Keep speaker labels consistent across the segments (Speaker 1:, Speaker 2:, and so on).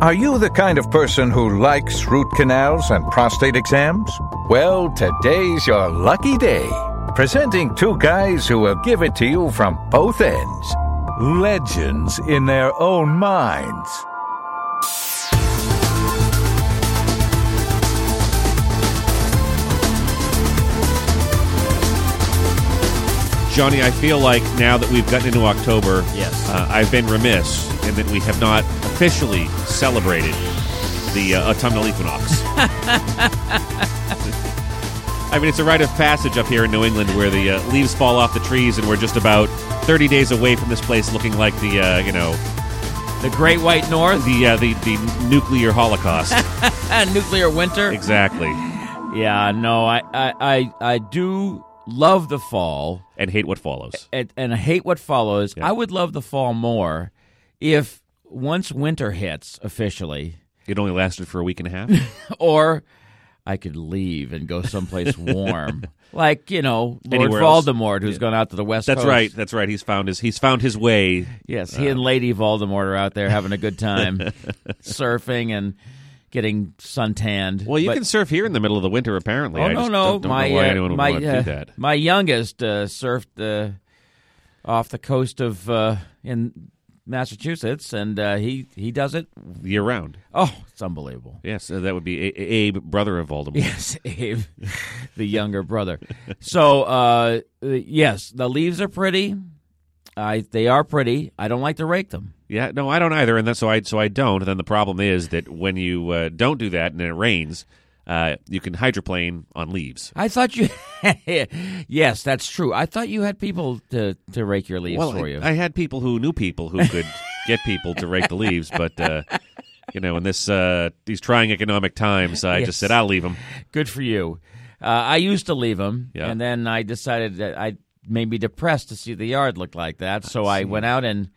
Speaker 1: Are you the kind of person who likes root canals and prostate exams? Well, today's your lucky day. Presenting two guys who will give it to you from both ends. Legends in their own minds.
Speaker 2: Johnny, I feel like now that we've gotten into October,
Speaker 3: Yes.
Speaker 2: uh, I've been remiss in that we have not officially celebrated the uh, autumnal equinox. I mean, it's a rite of passage up here in New England where the uh, leaves fall off the trees, and we're just about 30 days away from this place looking like the, uh, you know,
Speaker 3: The Great White North,
Speaker 2: the uh, the, the nuclear holocaust.
Speaker 3: nuclear winter.
Speaker 2: exactly.
Speaker 3: Yeah, no, I, I, I, I do love the fall
Speaker 2: And hate what follows.
Speaker 3: and, and I hate what follows. I would love the fall more if once winter hits officially,
Speaker 2: It only lasted for a week and a half.
Speaker 3: or I could leave and go someplace warm, like you know Lord
Speaker 2: Anywhere else.
Speaker 3: Voldemort, who's gone out to the West.
Speaker 2: That's
Speaker 3: Coast.
Speaker 2: right. That's right. He's found his he's found his way
Speaker 3: Yes, he and Lady Voldemort are out there having a good time, surfing and getting suntanned.
Speaker 2: Well, you
Speaker 3: But-
Speaker 2: can surf here in the middle of the winter, apparently.
Speaker 3: Oh
Speaker 2: I
Speaker 3: no,
Speaker 2: just
Speaker 3: no,
Speaker 2: Don't, don't
Speaker 3: my
Speaker 2: know why
Speaker 3: uh,
Speaker 2: anyone would
Speaker 3: my
Speaker 2: want to do
Speaker 3: uh,
Speaker 2: that.
Speaker 3: my youngest uh, surfed uh, off the coast of uh, in Massachusetts, and uh, he he does it.
Speaker 2: Year round.
Speaker 3: Oh, it's unbelievable.
Speaker 2: Yes, uh, that would be a- A- Abe, brother of Voldemort.
Speaker 3: Yes, Abe, the younger brother. So, uh, uh, yes, the leaves are pretty. I they are pretty. I don't like to rake them.
Speaker 2: Yeah, no, I don't either, and that's so I so I don't. And then the problem is that when you uh, don't do that and it rains, uh, you can hydroplane on leaves.
Speaker 3: I thought you. yes, that's true. I thought you had people to to rake your leaves
Speaker 2: well,
Speaker 3: for
Speaker 2: I,
Speaker 3: you.
Speaker 2: I had people who knew people who could get people to rake the leaves, but. Uh, you know, in this uh, these trying economic times, I
Speaker 3: Yes.
Speaker 2: just said I'll leave them.
Speaker 3: Good for you. Uh, I used to leave them,
Speaker 2: Yeah.
Speaker 3: and then I decided that I made me depressed to see the yard look like that. So I, went out and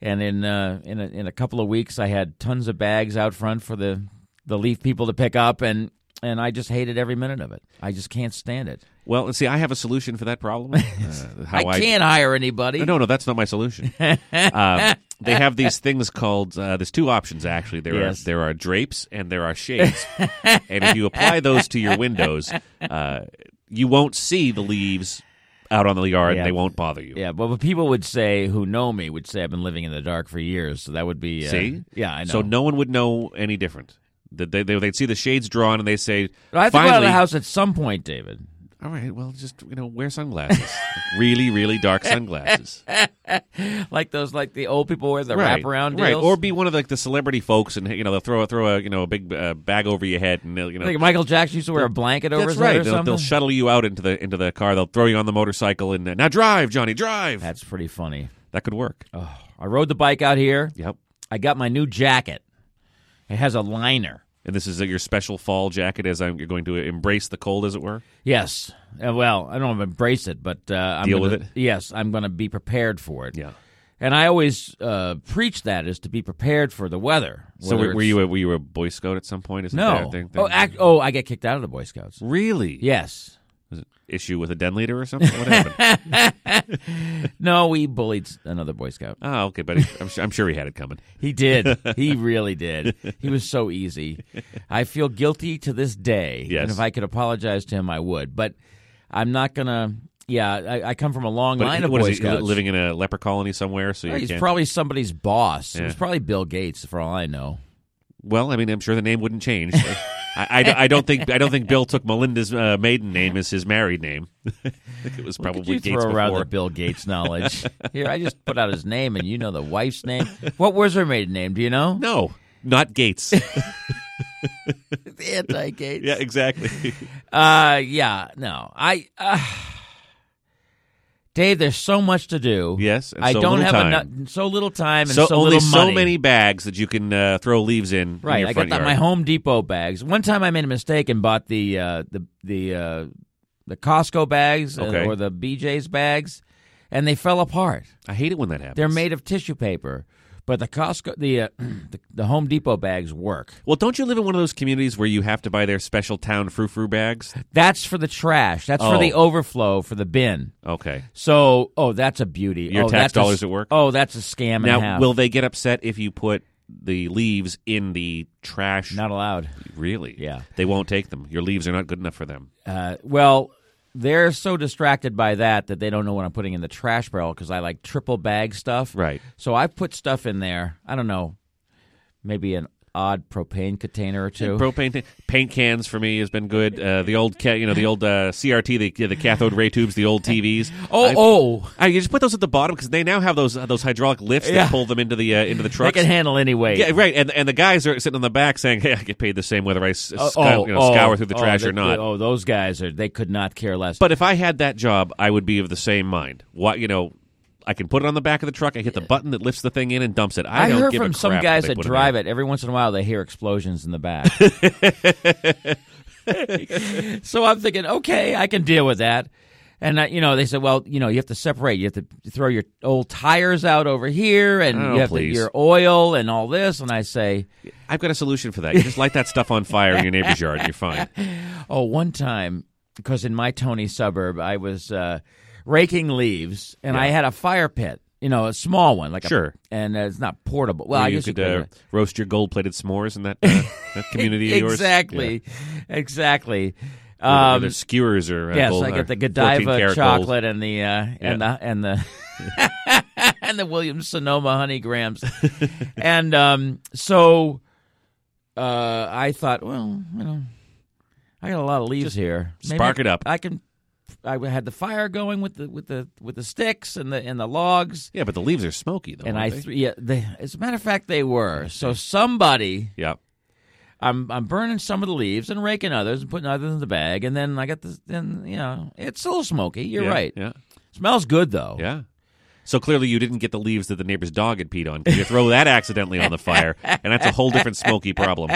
Speaker 3: and in uh, in a, in a couple of weeks, I had tons of bags out front for the the leaf people to pick up, and and I just hated every minute of it. I just can't stand it.
Speaker 2: Well, and see, I have a solution for that problem. Uh, how
Speaker 3: I can't hire anybody.
Speaker 2: No, no, that's not my solution. um, they have these things called. Uh, there's two options actually. There
Speaker 3: Yes.
Speaker 2: are there are drapes and there are shades. and if you apply those to your windows, uh, you won't see the leaves out on the yard.
Speaker 3: Yeah.
Speaker 2: and They won't bother you.
Speaker 3: Yeah, but what people would say who know me would say I've been living in the dark for years. So that would be uh,
Speaker 2: See?
Speaker 3: yeah, I know.
Speaker 2: So no one would know any different. That they, they they'd see the shades drawn and they say,
Speaker 3: I have to go out of
Speaker 2: finally,
Speaker 3: the house at some point, David.
Speaker 2: all right, well, just you know, wear sunglasses, really, really dark sunglasses.
Speaker 3: Like those, like the old people wear the wraparound
Speaker 2: right?
Speaker 3: deals.
Speaker 2: Or be one of like the celebrity folks, and you know they'll throw a throw a you know a big uh, bag over your head, and they'll, you know
Speaker 3: Like Michael Jackson used to wear a blanket over
Speaker 2: that's
Speaker 3: his
Speaker 2: right.
Speaker 3: head or
Speaker 2: They'll,
Speaker 3: something.
Speaker 2: they'll shuttle you out into the into the car. They'll throw you on the motorcycle, and uh, now drive, Johnny, drive.
Speaker 3: That's pretty funny.
Speaker 2: that could work.
Speaker 3: I rode the bike out here.
Speaker 2: Yep.
Speaker 3: I got my new jacket. It has a liner.
Speaker 2: And this is uh, your special fall jacket, as I'm you're going to embrace the cold, as it were.
Speaker 3: Yes. Uh, well, I don't embrace it, but uh, I'm
Speaker 2: Deal
Speaker 3: gonna,
Speaker 2: with it?
Speaker 3: Yes, I'm going to be prepared for it.
Speaker 2: Yeah.
Speaker 3: And I always uh, preach that is to be prepared for the weather.
Speaker 2: So
Speaker 3: whether
Speaker 2: were, were
Speaker 3: it's-
Speaker 2: you a, were you a Boy Scout at some point? Isn't there a
Speaker 3: No.
Speaker 2: thing- thing-
Speaker 3: Oh, act, oh, I get kicked out of the Boy Scouts.
Speaker 2: really?
Speaker 3: Yes.
Speaker 2: Issue with a den leader or something? What happened?
Speaker 3: No, we bullied another Boy Scout.
Speaker 2: oh, okay, but he- I'm, su- I'm sure he had it coming.
Speaker 3: He did. He really did. He was so easy. I feel guilty to this day.
Speaker 2: Yes.
Speaker 3: And if I could apologize to him, I would. But I'm not going to. Yeah, I, I come from a long
Speaker 2: But
Speaker 3: line of
Speaker 2: what is
Speaker 3: Boy
Speaker 2: he, li-
Speaker 3: Scouts. Oh,
Speaker 2: living in a leper colony somewhere? So you
Speaker 3: He's
Speaker 2: can't-
Speaker 3: probably somebody's boss. It was
Speaker 2: Yeah.
Speaker 3: probably Bill Gates, for all I know.
Speaker 2: Well, I mean, I'm sure the name wouldn't change. I, I, I don't think I don't think Bill took Melinda's uh, maiden name as his married name. I think it was probably
Speaker 3: Could you
Speaker 2: Gates
Speaker 3: throw around
Speaker 2: before.
Speaker 3: the Bill Gates knowledge? Here, I just put out his name, and you know the wife's name. What was her maiden name? Do you know?
Speaker 2: No, not Gates.
Speaker 3: Anti Gates.
Speaker 2: yeah, exactly.
Speaker 3: Uh, yeah, no, I, uh, Dave, there's so much to do.
Speaker 2: Yes, and
Speaker 3: I
Speaker 2: so
Speaker 3: don't
Speaker 2: little
Speaker 3: have
Speaker 2: time.
Speaker 3: enou- so little time and
Speaker 2: so, only
Speaker 3: little money.
Speaker 2: so many bags that you can uh, throw leaves in. in
Speaker 3: Right,
Speaker 2: your
Speaker 3: I got
Speaker 2: front
Speaker 3: that,
Speaker 2: yard.
Speaker 3: my Home Depot bags. One time I made a mistake and bought the uh, the the uh, the Costco bags uh,
Speaker 2: Okay.
Speaker 3: or the BJ's bags, and they fell apart.
Speaker 2: I hate it when that happens.
Speaker 3: They're made of tissue paper, but the Costco the uh, the, the Home Depot bags work.
Speaker 2: Well, don't you live in one of those communities where you have to buy their special town frou frou bags?
Speaker 3: That's for the trash. That's for
Speaker 2: Oh.
Speaker 3: the overflow for the bin.
Speaker 2: Okay.
Speaker 3: So, oh, that's a beauty.
Speaker 2: Your
Speaker 3: oh,
Speaker 2: tax
Speaker 3: that's a-
Speaker 2: dollars at work?
Speaker 3: Oh, that's a scam. and a
Speaker 2: Now,
Speaker 3: half.
Speaker 2: will they get upset if you put the leaves in the trash.
Speaker 3: Not allowed.
Speaker 2: really.
Speaker 3: Yeah.
Speaker 2: They won't take them. Your leaves are not good enough for them.
Speaker 3: Uh, well, they're so distracted by that that they don't know what I'm putting in the trash barrel because I like triple bag stuff.
Speaker 2: Right.
Speaker 3: So I put stuff in there. I don't know, maybe an odd propane container or two.
Speaker 2: Propane t- paint cans for me has been good. Uh, the old ca- you know the old uh, CRT the yeah, the cathode ray tubes, the old TVs.
Speaker 3: oh,
Speaker 2: I-
Speaker 3: oh,
Speaker 2: I, you just put those at the bottom because they now have those uh, those hydraulic lifts
Speaker 3: Yeah.
Speaker 2: that pull them into the uh, into the
Speaker 3: they
Speaker 2: trucks.
Speaker 3: can handle anyway.
Speaker 2: yeah, right. And and the guys are sitting on the back saying, "Hey, I get paid the same whether I s- scour, you know, scour through the
Speaker 3: Uh, oh,
Speaker 2: trash
Speaker 3: they-
Speaker 2: or not."
Speaker 3: Oh, those guys are. They could not care less.
Speaker 2: But if I had that job, I would be of the same mind. What you know, I can put it on the back of the truck. I hit the button that lifts the thing in and dumps it. I,
Speaker 3: I,
Speaker 2: don't
Speaker 3: heard
Speaker 2: give a
Speaker 3: from some
Speaker 2: crap
Speaker 3: guys
Speaker 2: what they
Speaker 3: that
Speaker 2: put
Speaker 3: drive
Speaker 2: in.
Speaker 3: it. Every once in a while, they hear explosions in the back. so I'm thinking, okay, I can deal with that. And I, you know, they said, well, you know, you have to separate. You have to throw your old tires out over here, and
Speaker 2: Oh,
Speaker 3: you have to-
Speaker 2: please.
Speaker 3: your oil and all this. And I say,
Speaker 2: I've got a solution for that. You just light that stuff on fire in your neighbor's yard. and You're fine.
Speaker 3: oh, one time, because in my Tony suburb, I was uh, raking leaves, and I had a fire pit. You know, a small one, like
Speaker 2: Sure.
Speaker 3: a, and uh, it's not portable. Well, I
Speaker 2: you
Speaker 3: guess
Speaker 2: could
Speaker 3: you could
Speaker 2: uh, roast your gold-plated s'mores in that, uh, that community of yours.
Speaker 3: exactly, exactly.
Speaker 2: Yeah. Or
Speaker 3: Um,
Speaker 2: the skewers or uh,
Speaker 3: yes,
Speaker 2: gold-
Speaker 3: I
Speaker 2: or
Speaker 3: get the
Speaker 2: 14-karat
Speaker 3: Godiva
Speaker 2: gold.
Speaker 3: chocolate and the uh, and
Speaker 2: Yeah.
Speaker 3: the and the and the Williams Sonoma honey grams, and um, so uh, I thought, well, you know, I got a lot of leaves here.
Speaker 2: spark it up.
Speaker 3: I can. I had the fire going with the with the with the sticks and the and the logs,
Speaker 2: Yeah, but the leaves are smoky though.
Speaker 3: and I
Speaker 2: aren't they?
Speaker 3: th- yeah. They, as a matter of fact, they were. So somebody
Speaker 2: yeah.
Speaker 3: I'm I'm burning some of the leaves and raking others and putting others in the bag, and then I got this. Then you know, it's a little smoky. You're
Speaker 2: yeah,
Speaker 3: right.
Speaker 2: Yeah.
Speaker 3: Smells good though.
Speaker 2: Yeah. So clearly, you didn't get the leaves that the neighbor's dog had peed on. 'cause You throw that accidentally on the fire, and that's a whole different smoky problem.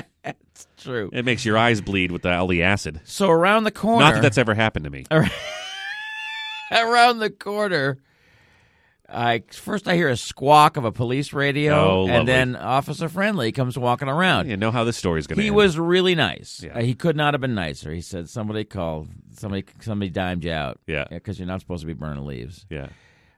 Speaker 3: True.
Speaker 2: It makes your eyes bleed with the, all the acid.
Speaker 3: So around the corner,
Speaker 2: Not that that's ever happened to me.
Speaker 3: around the corner. I first I hear a squawk of a police radio,
Speaker 2: Oh, lovely.
Speaker 3: and then Officer Friendly comes walking around.
Speaker 2: You know how this story's going to
Speaker 3: He
Speaker 2: end.
Speaker 3: was really nice.
Speaker 2: Yeah.
Speaker 3: Uh, he could not have been nicer. He said somebody called, somebody somebody dimed you out.
Speaker 2: Yeah.
Speaker 3: because you're not supposed to be burning leaves.
Speaker 2: Yeah.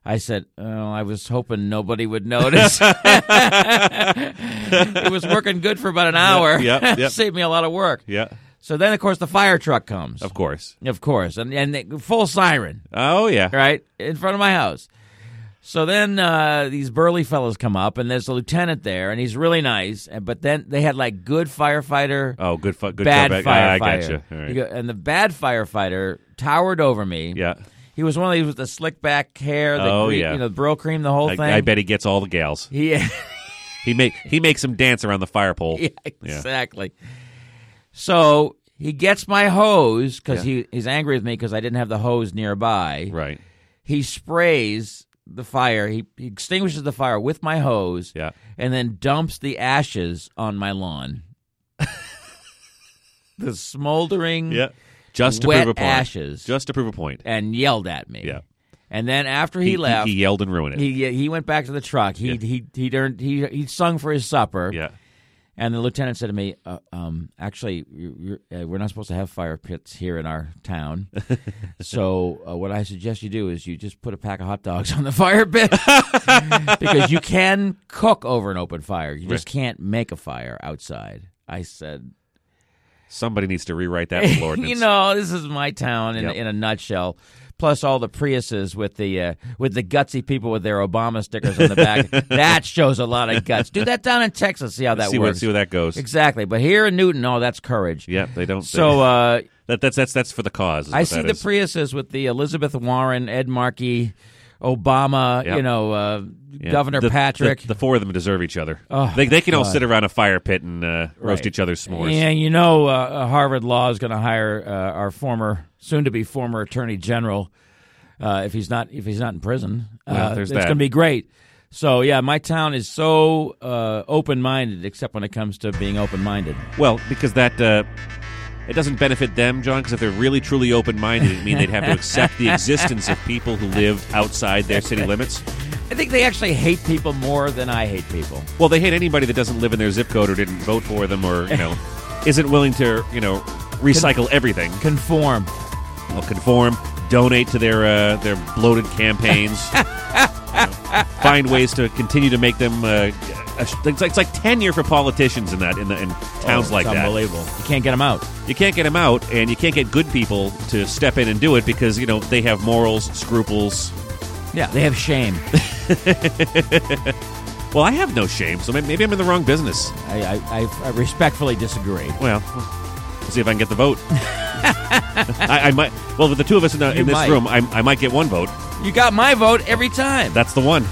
Speaker 3: I said, "Oh, I was hoping nobody would notice." it was working good for about an hour.
Speaker 2: yep, yep.
Speaker 3: saved me a lot of work.
Speaker 2: Yeah.
Speaker 3: So then, of course, the fire truck comes.
Speaker 2: Of course.
Speaker 3: Of course, and and they- full siren
Speaker 2: Oh, yeah.
Speaker 3: right in front of my house. So then uh, these burly fellas come up, and there's a lieutenant there, and he's really nice. and- But then they had like good firefighter,
Speaker 2: Oh, good. Fu- good
Speaker 3: bad
Speaker 2: comeback.
Speaker 3: firefighter.
Speaker 2: I gotcha. All
Speaker 3: You
Speaker 2: right.
Speaker 3: go- and the bad firefighter towered over me.
Speaker 2: Yeah.
Speaker 3: He was one of these with the slick back hair, the
Speaker 2: Oh,
Speaker 3: gre-
Speaker 2: yeah.
Speaker 3: you know, the Brill cream, the whole
Speaker 2: I,
Speaker 3: thing.
Speaker 2: I bet he gets all the gals.
Speaker 3: He, yeah,
Speaker 2: He make he makes them dance around the fire pole.
Speaker 3: exactly. So he gets my hose because he, he's angry with me because I didn't have the hose nearby.
Speaker 2: Right.
Speaker 3: He sprays the fire. He, he extinguishes the fire with my hose
Speaker 2: Yeah.
Speaker 3: and then dumps the ashes on my lawn. the smoldering
Speaker 2: Yeah. Just to
Speaker 3: wet
Speaker 2: prove a point.
Speaker 3: ashes.
Speaker 2: Just to prove a point.
Speaker 3: and yelled at me.
Speaker 2: Yeah.
Speaker 3: And then after he, left,
Speaker 2: He, yelled and ruined it.
Speaker 3: he, he went back to the truck. He he he earned he he sung for his supper.
Speaker 2: yeah.
Speaker 3: And the lieutenant said to me, uh, um, "Actually, you you're, uh, we're not supposed to have fire pits here in our town. so uh, what I suggest you do is you just put a pack of hot dogs on the fire pit because you can cook over an open fire. You just can't make a fire outside." I said,
Speaker 2: Somebody needs to rewrite that little ordinance.
Speaker 3: "You know, this is my town in,
Speaker 2: Yep.
Speaker 3: in a nutshell." Plus, all the Priuses with the uh, with the gutsy people with their Obama stickers on the back. that shows a lot of guts. Do that down in Texas. See how that
Speaker 2: see where
Speaker 3: works.
Speaker 2: see where that goes.
Speaker 3: Exactly. But here in Newton, oh, that's courage.
Speaker 2: Yeah, they don't.
Speaker 3: So uh,
Speaker 2: that, that's that's that's for the cause. is
Speaker 3: I
Speaker 2: what
Speaker 3: see
Speaker 2: that
Speaker 3: the
Speaker 2: is.
Speaker 3: Priuses with the Elizabeth Warren, Ed Markey, Obama,
Speaker 2: Yep.
Speaker 3: you know, uh,
Speaker 2: Yeah.
Speaker 3: Governor
Speaker 2: The- the-
Speaker 3: Patrick. Oh,
Speaker 2: The, four of them deserve each other. they they can all sit around a fire pit and uh, roast
Speaker 3: Right.
Speaker 2: each other's s'mores.
Speaker 3: yeah, you know, uh, Harvard Law is going to hire uh, our former, soon-to-be former Attorney General uh, if he's not if he's not in prison.
Speaker 2: Well,
Speaker 3: uh,
Speaker 2: there's
Speaker 3: it's
Speaker 2: that.
Speaker 3: going to be great. So yeah, my town is so uh, open-minded, except when it comes to being open-minded.
Speaker 2: Well, because that uh, it doesn't benefit them, John. Because if they're really truly open minded, it mean they'd have to accept the existence of people who live outside their city limits.
Speaker 3: I think they actually hate people more than I hate people.
Speaker 2: Well, they hate anybody that doesn't live in their zip code or didn't vote for them or you know isn't willing to you know recycle everything,
Speaker 3: Conform.
Speaker 2: Well, conform, donate to their uh, their bloated campaigns. You know, find ways to continue to make them. Uh, a sh- it's, like, it's like tenure for politicians in that in, the, in towns like
Speaker 3: Oh, it's
Speaker 2: that.
Speaker 3: unbelievable. You can't get them out.
Speaker 2: You can't get them out, and you can't get good people to step in and do it because you know they have morals, scruples.
Speaker 3: Yeah, they have shame.
Speaker 2: Well, I have no shame, so may- maybe I'm in the wrong business.
Speaker 3: I, I, I, I respectfully disagree.
Speaker 2: Well, we'll see if I can get the vote. I, I might. Well, with the two of us in, the,
Speaker 3: You
Speaker 2: in this
Speaker 3: might.
Speaker 2: room, I, I might get one vote.
Speaker 3: You got my vote every time.
Speaker 2: That's the one.